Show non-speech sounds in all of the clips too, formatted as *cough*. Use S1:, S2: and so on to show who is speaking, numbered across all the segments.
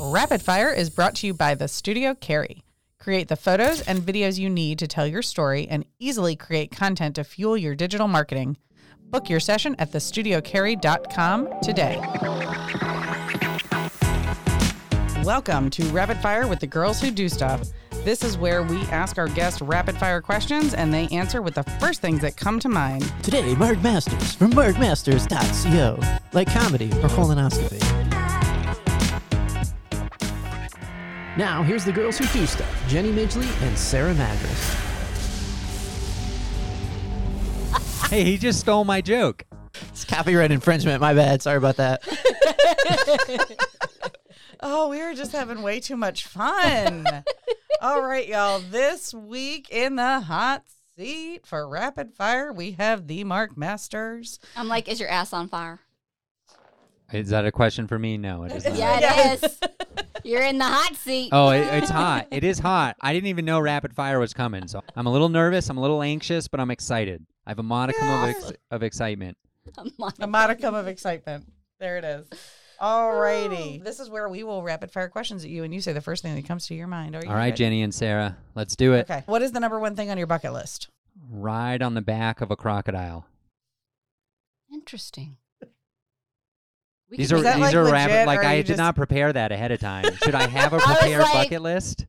S1: Rapid Fire is brought to you by the Studio Carry. Create the photos and videos you need to tell your story and easily create content to fuel your digital marketing. Book your session at thestudiocarry.com today. Welcome to Rapid Fire with the Girls Who Do Stuff. This is where we ask our guests rapid fire questions and they answer with the first things that come to mind.
S2: Today, Marg Masters from MargMasters.co. Like comedy or colonoscopy. Now, here's the girls who do stuff Jenny Midgley and Sarah Madras.
S3: Hey, he just stole my joke.
S2: It's copyright infringement. My bad. Sorry about that.
S1: Oh, we were just having way too much *laughs* fun. All right, y'all. This week in the hot seat for rapid fire, we have the Mark Masters.
S4: I'm like, is your ass on fire?
S3: Is that a question for me? No, it is not.
S4: *laughs* Yeah, it is. *laughs* You're in the hot seat.
S3: Oh, it, it's hot. It is hot. I didn't even know rapid fire was coming, so I'm a little nervous. I'm a little anxious, but I'm excited. I have a modicum of, ex- of excitement.
S4: I'm like,
S1: A modicum of excitement. There it is. All righty. This is where we will rapid fire questions at you, and you say the first thing that comes to your mind. Are you
S3: All right,
S1: ready?
S3: Jenny and Sarah, let's do it.
S1: Okay. What is the number one thing on your bucket list?
S3: Ride on the back of a crocodile.
S4: Interesting. We
S3: These
S4: could
S3: are
S1: Is that,
S3: these
S1: like,
S3: are
S1: legit,
S3: rapid. Like
S1: or are
S3: I
S1: you
S3: did
S1: just-
S3: not prepare that ahead of time. Should I
S4: *laughs*
S3: have a
S4: I was
S3: prepared
S4: like-
S3: bucket list?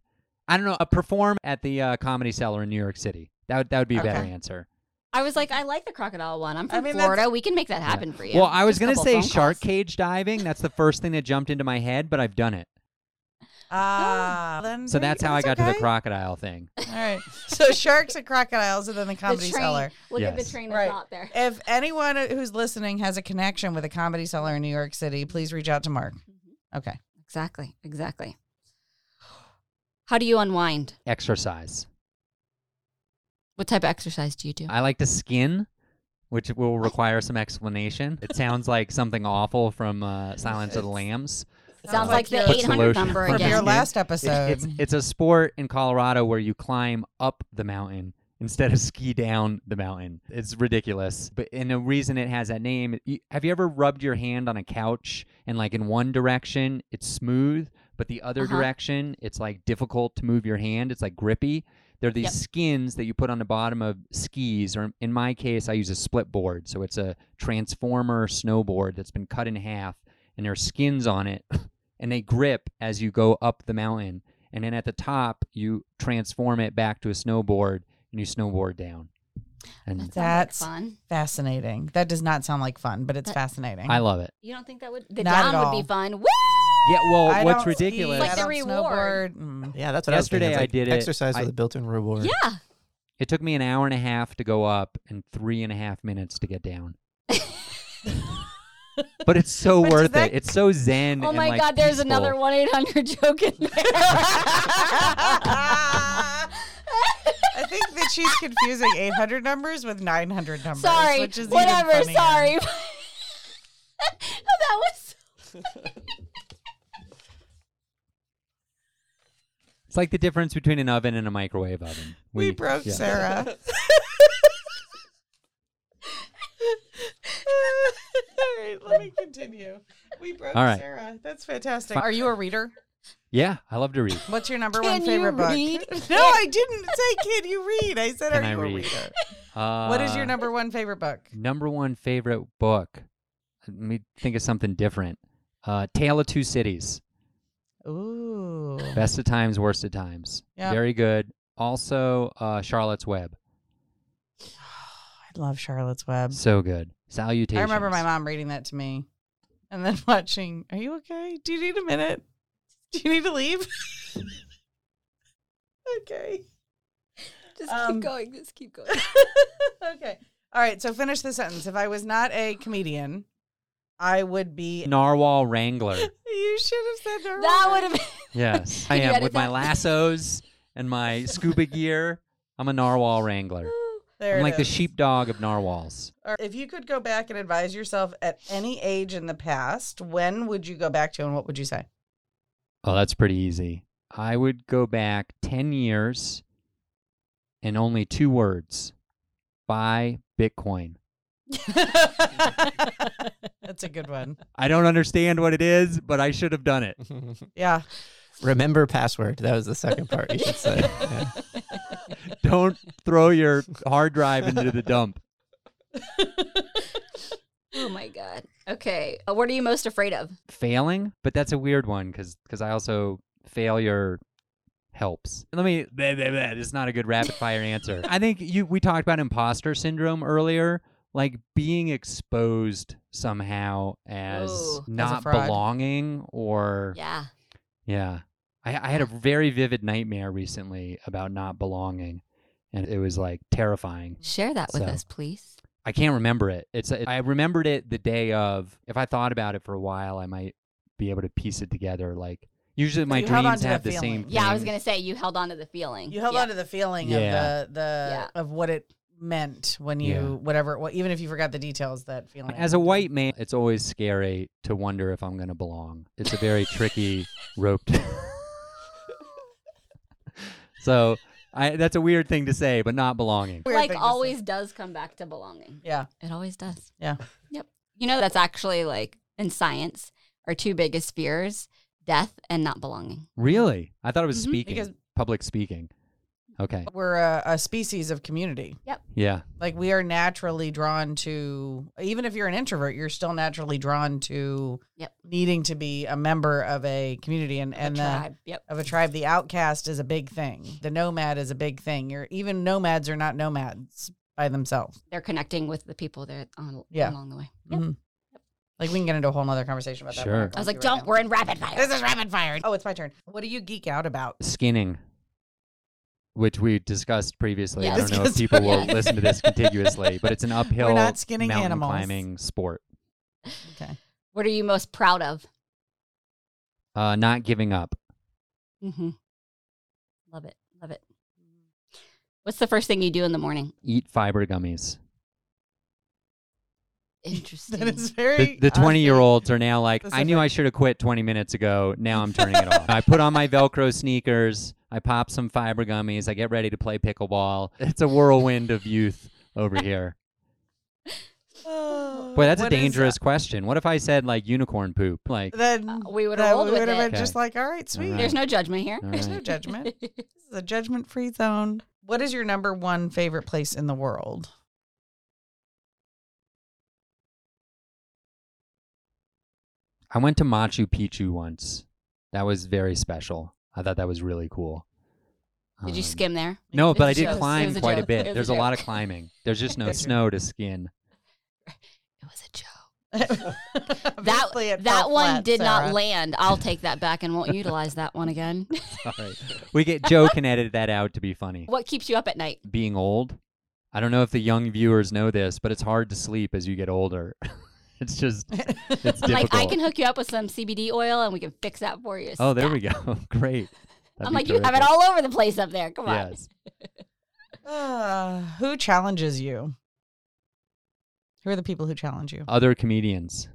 S3: I don't know. A perform at the uh, Comedy Cellar in New York City. That would that would be a better
S1: Okay.
S3: answer.
S4: I was like, I like the crocodile one. I'm
S1: I
S4: from
S1: mean, that's-
S4: Florida. We can make that happen for you.
S3: Well, I was
S4: Just a
S3: gonna
S4: couple
S3: say
S4: phone
S3: shark
S4: calls.
S3: cage diving. That's the first thing that jumped into my head, but I've done it.
S1: *gasps* Ah, then
S3: So
S1: there you
S3: that's
S1: go.
S3: how I got to the
S1: okay.
S3: crocodile thing.
S1: All right. So sharks and crocodiles, and then the comedy
S4: the train.
S1: cellar.
S4: Look at
S3: Yes.
S4: the train that's
S1: Right.
S4: not there.
S1: If anyone who's listening has a connection with a comedy cellar in New York City, please reach out to Mark.
S4: Mm-hmm.
S1: Okay.
S4: Exactly. Exactly. How do you unwind?
S3: Exercise.
S4: What type of exercise do you do?
S3: I like to skin, which will require some explanation. It sounds like something awful from uh, Silence of the Lambs.
S4: Sounds
S1: like
S4: like the
S1: your-
S3: Puts the
S4: 800
S3: lotion
S4: number
S3: on.
S1: From
S3: Again.
S1: your
S4: again.
S1: last
S3: It's,
S1: episode.
S3: *laughs* it's it's a sport in Colorado where you climb up the mountain instead of *laughs* ski down the mountain. It's ridiculous. But and the reason it has that name, you, have you ever rubbed your hand on a couch and like in one direction it's smooth, but the other
S4: Uh-huh.
S3: direction it's like difficult to move your hand. It's like grippy. They're these
S4: Yep.
S3: skins that you put on the bottom of skis, or in my case, I use a split board. So it's a transformer snowboard that's been cut in half, and there's skins on it, *laughs* and they grip as you go up the mountain. And then at the top, you transform it back to a snowboard, and you snowboard down.
S4: That
S3: And
S4: sounds like
S1: That's-
S4: fun.
S1: fascinating. That does not sound like fun, but it's fascinating.
S3: I love it.
S4: You don't think that would the
S1: Not at
S4: down would
S1: all.
S4: be fun? Woo!
S3: Yeah. Well,
S1: I
S3: what's
S1: don't ski,
S3: ridiculous?
S1: I
S4: Like the
S1: don't
S4: reward.
S1: snowboard. Mm. *laughs*
S2: Yeah, that's
S3: Yesterday I did it.
S2: Exercise
S3: I-
S2: with a built-in reward.
S4: Yeah.
S3: It took me an hour and a half to go up and three and a half minutes to
S1: *laughs*
S3: get down. but it's so
S1: But does
S3: worth
S1: that-
S3: it. It's so zen.
S4: Oh
S3: and,
S4: my
S3: like,
S4: God! There's
S3: peaceful.
S4: another one eight hundred joke in
S3: *laughs*
S4: there.
S1: I think that she's confusing 800 numbers with 900 numbers.
S4: *laughs* sorry,
S1: which is even
S4: whatever.
S1: funnier.
S4: Sorry. *laughs* that was.
S3: It's like the difference between an oven and a microwave oven.
S1: We, broke *laughs*
S3: yeah.
S1: Sarah. All right, let me continue. We broke
S3: All right.
S1: Sarah. That's fantastic.
S3: Fi-
S1: Are you a reader?
S3: Yeah, I love to read.
S1: What's your number
S4: Can
S1: one
S4: you
S1: favorite book? *laughs*
S4: read?
S1: No, I didn't say can you read. I said
S3: Can
S1: are
S3: I
S1: you a
S3: read?
S1: reader? *laughs*
S3: Uh,
S1: what is your number one favorite book?
S3: number one favorite book? Let me think of something different. Uh, Tale of Two Cities.
S1: Ooh.
S3: Best of times, worst of times.
S1: Yep.
S3: Very good. Also, uh, Charlotte's Web.
S1: I love Charlotte's Web.
S3: So good. Salutations.
S1: I remember my mom reading that to me and then *laughs* watching, Are you okay? Do you need a minute? Do you need to leave? *laughs* okay.
S4: Just
S1: Um,
S4: keep going. Just keep going.
S1: okay. All right. So finish the sentence. If I was not a comedian, I would be. *laughs*
S3: Narwhal Wrangler.
S1: You should have said
S4: that would have been.
S3: Yes, I
S4: Can you
S3: am
S4: edit
S3: with my
S4: that?
S3: lassos
S1: *laughs*
S3: and my scuba gear. I'm a narwhal wrangler.
S1: There
S3: I'm
S1: it
S3: like the
S1: is.
S3: sheepdog of narwhals.
S1: Or If you could go back and advise yourself at any age in the past, when would you go back to and what would you *laughs* say?
S3: Oh, that's pretty easy. I would go back 10 years and only two words buy Bitcoin.
S1: That's a good one.
S3: I don't understand what it is, but I should have done it. *laughs*
S1: Yeah.
S2: *laughs* Remember password. That was the second part you should *laughs* say. Yeah.
S3: Don't throw your hard drive into the dump.
S4: *laughs* Oh my god. Okay. Uh, what are you most afraid of?
S3: Failing, but that's a weird one because I also failure helps. Let me. *laughs* Blah, blah, blah. It's not a good rapid fire answer. *laughs* I think you. We talked about imposter syndrome earlier, like being exposed somehow as
S4: Ooh. As a
S3: not
S1: fraud.
S3: belonging or
S4: Yeah.
S3: Yeah. I, I had a very vivid nightmare recently about not belonging, and it was like terrifying.
S4: Share that with
S3: So.
S4: us, please.
S3: I can't remember it. It's uh, I remembered it the day of. If I thought about it for a while, I might be able to piece it together. Like usually my
S1: you held on
S3: dreams
S1: to
S3: have
S1: that
S3: the same.
S1: feeling.
S4: Yeah, I was
S3: thing.
S4: gonna say you held on to the feeling.
S1: You held
S4: yeah.
S1: on to the feeling
S3: Yeah.
S1: of the the of what it meant when you
S3: Yeah.
S1: whatever well, even if you forgot the details that feeling.
S3: As a white man, it's always scary to wonder if I'm going to belong. It's a very tricky rope. to- *laughs* so I, that's a weird thing to say, but not belonging.
S1: Weird
S4: like
S1: thing to say.
S4: always does come back to belonging.
S1: Yeah.
S4: It always does.
S1: Yeah.
S4: Yep. You know that's actually like in science, our two biggest fears, death and not belonging.
S3: Really? I thought it was
S4: Mhm.
S3: speaking,
S1: Mm-hmm, Because-
S3: public speaking. Okay.
S1: We're a, a species of community.
S3: Yeah.
S1: Like we are naturally drawn to even if you're an introvert, you're still naturally drawn to
S4: Yep.
S1: needing to be a member of a community and and uh,
S4: the
S1: the
S4: tribe. Yep.
S1: of a tribe, the outcast is a big thing. The nomad is a big thing. You're even nomads are not nomads by themselves.
S4: They're connecting with the people that on
S1: Yeah.
S4: along the way. Yep.
S1: Mhm. Like we can get into a whole nother conversation about that. but
S3: Sure.
S1: won't
S4: I was like,
S1: do right
S4: don't,
S1: now.
S4: we're in rapid fire.
S1: This is rapid fire. Oh, it's my turn. What do you geek out about?
S3: Skinning, which we discussed previously.
S4: Yeah,
S3: I don't know if
S1: discussed
S3: people will
S4: previously.
S3: listen to this contiguously, but it's
S1: *laughs*
S3: an uphill
S1: not skinning
S3: mountain
S1: animals.
S3: climbing sport.
S1: Okay.
S4: What are you most proud of?
S3: Uh, not giving up.
S4: Mm-hmm. Love it. Love it. What's the first thing you do in the morning?
S3: Eat fiber gummies.
S1: *laughs* *laughs*
S4: Interesting.
S1: That is very
S3: the, the 20
S1: *sighs*
S3: year olds are now like, I
S1: Specific.
S3: knew I should have quit 20 minutes ago. Now I'm turning it
S1: *laughs*
S3: off. I put on my Velcro sneakers. I pop some fiber gummies. I get ready to play pickleball. It's a whirlwind of youth over
S1: *laughs*
S3: here.
S1: old.
S3: Boy, that's a dangerous question. What if I said like unicorn poop? Like,
S1: Then
S4: Uh, we would have
S1: then
S4: rolled
S1: we
S4: with
S1: would have
S4: it.
S1: been just like, all right, sweet.
S3: All
S4: There's no judgment here.
S3: all
S1: There's no
S3: right.
S1: judgment.
S4: *laughs*
S1: This is a judgment free zone. What is your number one favorite place in the world? *laughs*
S3: I went to Machu Picchu once. That was very special. I thought that was really cool.
S4: Did you
S3: Um,
S4: skim there?
S3: No, but I
S4: It's a
S3: did
S4: joke. It
S3: climb
S4: was a
S3: quite a
S4: joke. It
S3: bit.
S4: was a
S3: There's a lot of
S4: joke.
S3: climbing. There's just
S4: *laughs*
S3: no
S1: Gotcha.
S3: snow to skin.
S4: It was a joke. That
S1: Obviously, it
S4: that
S1: fell
S4: one
S1: flat,
S4: did
S1: Sarah.
S4: not land. I'll take that back and won't utilize that one again.
S1: *laughs*
S4: *laughs*
S3: All right. We get Joe can edit that out to be funny.
S4: what keeps you up at night?
S3: being old. I don't know if the young viewers know this, but it's hard to sleep as you get older. *laughs* it's just *laughs* it's difficult.
S4: Like I can hook you up with some CBD oil and we can fix that for you.
S3: oh, there
S4: *laughs* Stop.
S3: we go. *laughs* Great. That'd
S4: I'm
S3: be
S4: like you have it
S3: terrific.
S4: all over the place up there. Come on.
S3: Yes.
S1: *laughs* Uh, who challenges you? Who are the people who challenge you?
S3: Other comedians.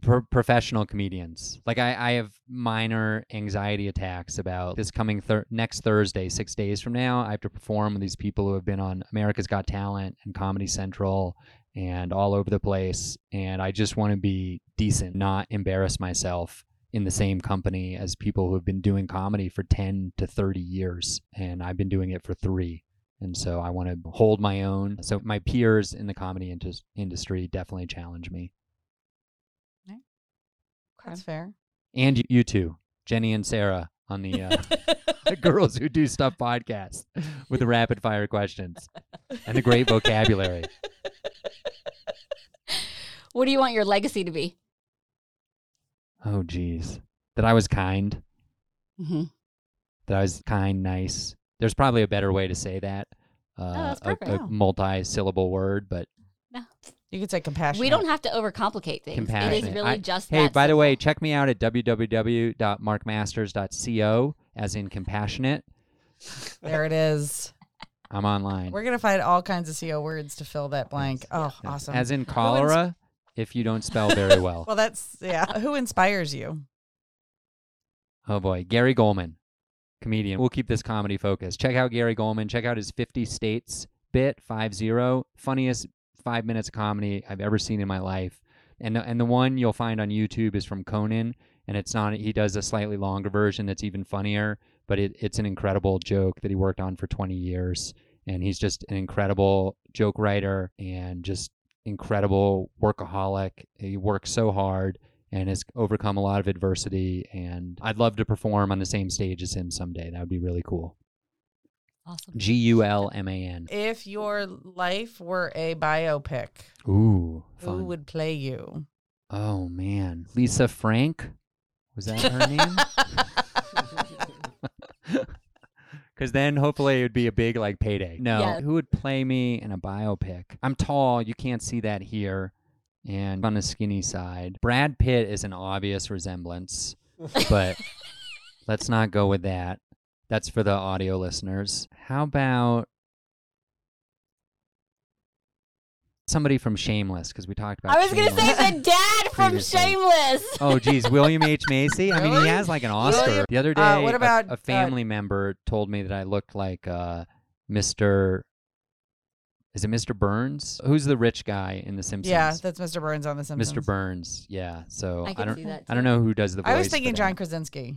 S3: Pro- professional comedians. Like I, I have minor anxiety attacks about this coming thir- next Thursday, 6 days from now, I have to perform with these people who have been on America's Got Talent and Comedy Central and all over the place and I just want to be decent, not embarrass myself in the same company as people who have been doing comedy for 10 to 30 years and I've been doing it for 3 and so I want to hold my own so my peers in the comedy indus- industry definitely challenge me
S1: That's fair.
S3: and you, you two Jenny and Sarah on the
S4: *laughs*
S3: uh, the girls who do stuff podcast with the rapid fire questions and the great vocabulary
S4: What do you want your legacy to be?
S3: oh geez that I was kind
S4: Mm-hmm.
S3: that I was kind, nice. There's probably a better way to say that. Uh,
S4: Oh, that's
S3: a-
S4: perfect.
S3: A,
S1: Yeah.
S3: multi-syllable word, but
S4: No.
S1: You could say compassion.
S4: We don't have to overcomplicate things. It is
S3: Compassionate.
S4: really
S3: I-
S4: just
S3: hey,
S4: that
S3: by the way,
S4: simple.
S3: check me out at www.markmasters.co, as in compassionate.
S1: There it is.
S3: I'm online.
S1: We're gonna find all kinds of CO words to fill that blank. Oh,
S3: Yeah.
S1: awesome.
S3: As in cholera, if you don't spell very well.
S1: well, that's yeah.
S3: *laughs*
S1: Who inspires you?
S3: Oh boy, Gary Goldman, comedian. We'll keep this comedy focused. Check out Gary Goldman. Check out his 50 states bit, 50, funniest five minutes of comedy I've ever seen in my life. And the- and the one you'll find on YouTube is from Conan, and it's not. He does a slightly longer version that's even funnier, but it, it's an incredible joke that he worked on for 20 years, and he's just an incredible joke writer and just incredible workaholic. He works so hard and has overcome a lot of adversity. And I'd love to perform on the same stage as him someday. That would be really cool.
S4: Awesome.
S3: G U L M A N.
S1: If your life were a biopic,
S3: Ooh,
S1: who
S3: fun.
S1: would play you?
S3: oh man, Lisa Frank was that her *laughs* name? Because then hopefully it would be a big like payday. No,
S4: Yeah.
S3: who would play me in a biopic? I'm tall. You can't see that here. And on the skinny side, Brad Pitt is an obvious resemblance, but let's not go with that. That's for the audio listeners. How about somebody from Shameless? Because we talked about.
S4: I was gonna
S3: Shameless.
S4: say
S3: *laughs*
S4: the dad from
S3: Previously. *laughs*
S4: Shameless.
S3: Oh geez, William H Macy. I mean, he
S1: Really?
S3: has like an Oscar.
S1: William-
S3: the other day,
S1: Uh, what
S3: a-
S1: about,
S3: a,
S1: uh,
S3: family member told me that I looked like uh, Mr. Is it Mr. Burns? Who's the rich guy in The Simpsons?
S1: Yeah, that's Mr. Burns on The Simpsons.
S3: Mr. Burns. Yeah. So
S4: I
S3: I,
S4: can
S3: don't.
S4: see that.
S3: I don't know who does the voice.
S1: I was
S3: for
S1: thinking
S3: that.
S1: John Krasinski.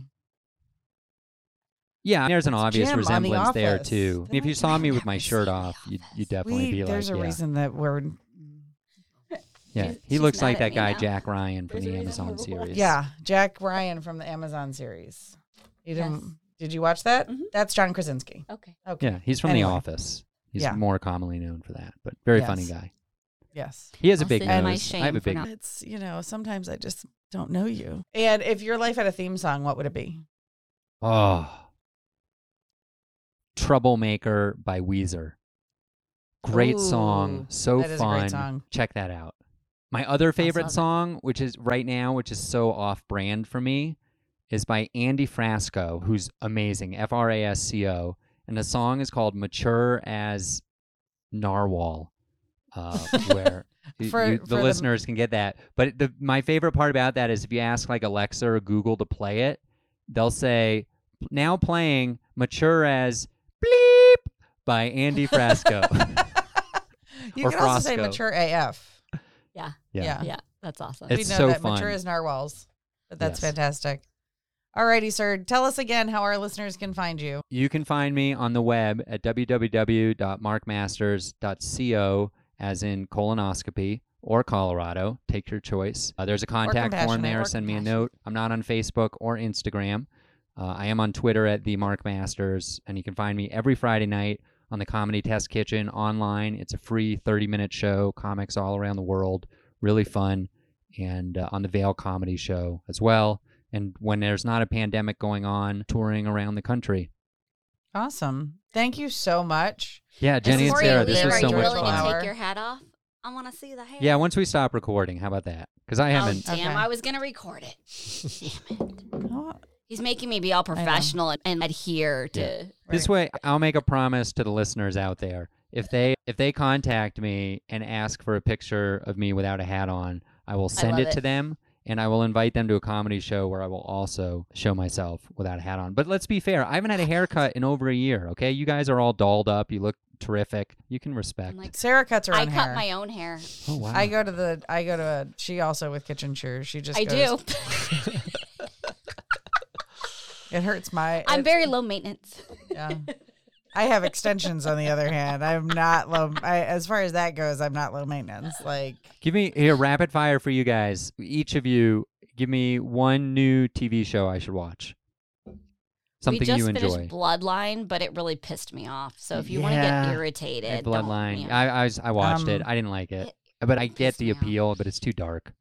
S3: Yeah, there's an
S1: It's
S3: obvious
S1: Jim on The
S3: resemblance there
S1: Office.
S3: too.
S1: Didn't
S3: if you
S1: I
S3: saw
S1: tell
S3: me
S1: you
S3: with
S4: I've
S3: my
S4: never
S3: shirt
S4: seen The
S3: off, you'd,
S4: Office?
S3: you'd definitely
S1: We-
S3: be like,
S1: there's a
S3: yeah,
S1: reason that we're.
S3: yeah.
S4: She's-
S3: he
S4: she's
S3: looks
S4: mad
S3: like
S4: at
S3: that
S4: me
S3: guy
S4: now.
S3: Jack Ryan from
S4: There's a
S3: the Amazon
S4: reason we're-
S3: series.
S1: Yeah, Jack Ryan from the Amazon series. You didn't?
S4: Yes.
S1: Did you watch that?
S4: Mhm.
S1: That's John Krasinski.
S4: Okay.
S1: Okay.
S3: Yeah, he's from
S1: Anyway.
S3: The Office. He's
S1: Yeah.
S3: more commonly known for that, but very funny
S1: Yes.
S3: guy.
S1: Yes.
S3: He has a
S4: I'll
S3: big
S4: send my
S3: nose. I
S4: shame
S3: have a
S4: for
S3: big.
S4: not-
S1: It's you know sometimes I just don't know you. And if your life had a theme song, what would it be?
S3: Oh. Troublemaker by Weezer. Great song,
S1: Ooh,
S3: so
S1: that is a
S3: fun.
S1: great song.
S3: Check that out. My other favorite
S4: love it.
S3: song, which is right now, which is so off brand for me, is by Andy Frasco, who's amazing. F R A S C O. And the song is called Mature as Narwhal.
S1: *laughs*
S3: Uh, where you-
S1: For-
S3: you-
S1: for
S3: the
S1: the-
S3: listeners can get that. But the my favorite part about that is if you ask like Alexa or Google to play it, they'll say now playing mature as bleep by Andy
S1: *laughs*
S3: Frasco. *laughs*
S1: You
S3: Or
S1: can also say
S3: Frosco.
S1: mature AF. Yeah.
S4: Yeah, that's awesome.
S3: It's
S1: we know
S3: so
S1: that
S3: fun.
S1: mature is narwhals, but that's
S3: Yes.
S1: fantastic. Alrighty, sir. Tell us again how our listeners can find you.
S3: You can find me on the web at www.markmasters.co as in colonoscopy or Colorado. Take your choice. Uh, there's a contact form
S1: compassionate,
S3: there.
S1: or
S3: Send me a
S4: compassionate.
S3: note. I'm not on Facebook or Instagram. Uh, I am on Twitter at the Mark Masters, and you can find me every Friday night on the Comedy Test Kitchen online. It's a free 30 minute show, comics all around the world, really fun, and uh, on the Vale Comedy Show as well. And when there's not a pandemic going on, touring around the country.
S1: Awesome. Thank you so much.
S3: Yeah,
S1: This
S3: Jenny
S1: is
S3: and
S1: great.
S3: Sarah,
S1: We
S3: this
S1: are
S3: was so
S1: enjoying
S3: much
S1: it.
S4: willing to
S3: fun.
S1: flower.
S4: take your hat off? I want to see the hair.
S3: Yeah, once we stop recording, how about that? Because I
S4: Oh,
S3: haven't.
S4: damn,
S1: Okay.
S4: I was going to
S3: *laughs*
S4: record it. damn it.
S1: Oh,
S4: He's making me be all
S1: know.
S4: professional and, and adhere to.
S3: Yeah. This way, I'll make a promise to the listeners out there. If they if they contact me and ask for a picture of me without a hat on, I will send
S4: love
S3: it, to
S4: it.
S3: them and I will invite them to a comedy show where I will also show myself without a hat on. But let's be fair, I haven't had a haircut in over a year. Okay, you guys are all dolled up. You look terrific. You can respect.
S4: I'm like,
S1: Sarah cuts her
S4: I
S1: own
S4: cut
S1: hair.
S4: my own hair.
S3: oh wow.
S1: I go to the. I go to. A, she also with kitchen shears. She just.
S4: I
S1: goes-
S4: do. *laughs*
S1: It hurts my.
S4: I'm
S1: it-
S4: very low maintenance.
S1: Yeah. I have extensions on the other hand. I'm not low. I, as far as that goes, I'm not low maintenance. Like
S3: Give me here rapid fire for you guys. Each of you, give me one new TV show I should watch. Something
S4: we just
S3: you
S4: finished
S3: enjoy.
S4: Bloodline, but it really pissed me off. So if you want to
S3: Yeah.
S4: get
S3: Hey,
S4: irritated, don't,
S3: Bloodline.
S4: you know,
S3: I, I was- I watched it.
S1: Um,
S3: I didn't like it,
S4: it
S3: but I get
S4: pissed
S3: the
S4: me off.
S3: appeal. But it's too dark.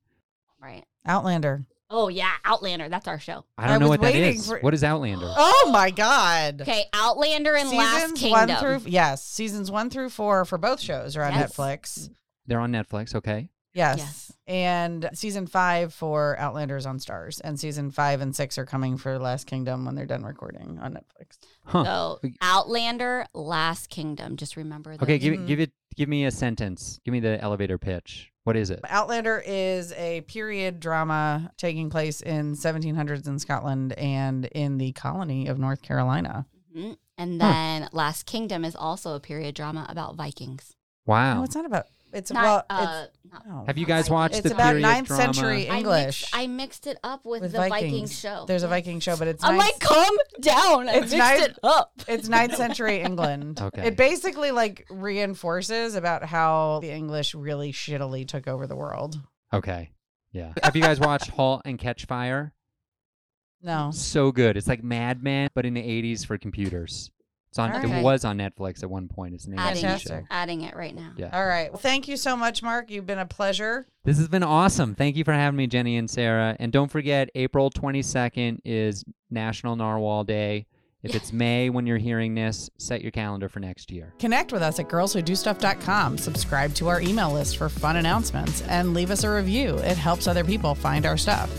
S4: right?
S1: Outlander.
S4: Oh yeah, Outlander. That's our show.
S3: I don't
S1: I
S3: know
S1: was
S3: what that
S1: waiting
S3: is.
S1: for-
S3: What is Outlander?
S1: Oh my god.
S4: Okay, Outlander and Last Kingdom.
S1: one through yes, seasons one through four for both shows are on
S4: Yes.
S1: Netflix.
S3: They're on Netflix. Okay.
S1: Yes.
S4: Yes.
S1: And season five for Outlanders on Stars, and season five and six are coming for Last Kingdom when they're done recording on Netflix.
S3: Huh.
S4: So Outlander, Last Kingdom. Just remember.
S3: okay.
S4: those.
S3: Give
S1: Mhm.
S3: it. Give it. Give me a sentence. Give me the elevator pitch. What is it?
S1: Outlander is a period drama taking place in 1700s in Scotland and in the colony of North Carolina.
S4: Mhm. And then Last Kingdom is also a period drama about Vikings.
S1: No,
S3: Wow.
S1: it's not about. It's
S4: Not,
S1: well.
S4: uh, not-
S1: it's, oh.
S3: Have you guys watched
S1: It's
S3: the
S1: about
S3: period
S1: ninth
S3: drama?
S1: century
S4: I
S1: English
S4: mixed, I mixed it up with,
S1: with
S4: the
S1: Vikings.
S4: Viking show.
S1: There's a
S4: Yeah.
S1: Viking show, but it's
S4: I'm
S1: ninth,
S4: like, calm down. I
S1: It's
S4: mixed
S1: nice-
S4: it up.
S1: *laughs* it's ninth
S4: *laughs*
S1: century England.
S3: Okay.
S1: It basically like reinforces about how the English really shittily took over the world.
S3: Okay. Yeah. Have you guys watched *Halt and Catch Fire*?
S1: No.
S3: So good. It's like Mad Men, but in the '80s for computers. It's on.
S1: Okay.
S3: It was on Netflix at one point. It's an
S4: Adding
S3: animated
S1: Fantastic.
S3: show.
S4: Adding it right now.
S3: Yeah.
S1: All right. Well, thank you so much, Mark. You've been a pleasure.
S3: This has been awesome. Thank you for having me, Jenny and Sarah. And don't forget, April 22nd is National Narwhal Day. If it's May when you're hearing this, set your calendar for next year.
S1: Connect with us at girlswhodostuff.com. Subscribe to our email list for fun announcements and leave us a review. It helps other people find our stuff.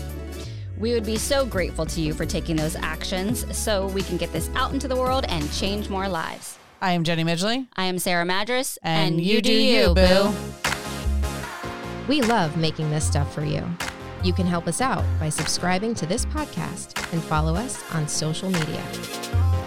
S4: We would be so grateful to you for taking those actions so we can get this out into the world and change more lives.
S1: I am Jenny Midgley.
S4: I am Sarah Madras,
S1: And you do you, boo.
S5: We love making this stuff for you. You can help us out by subscribing to this podcast and follow us on social media.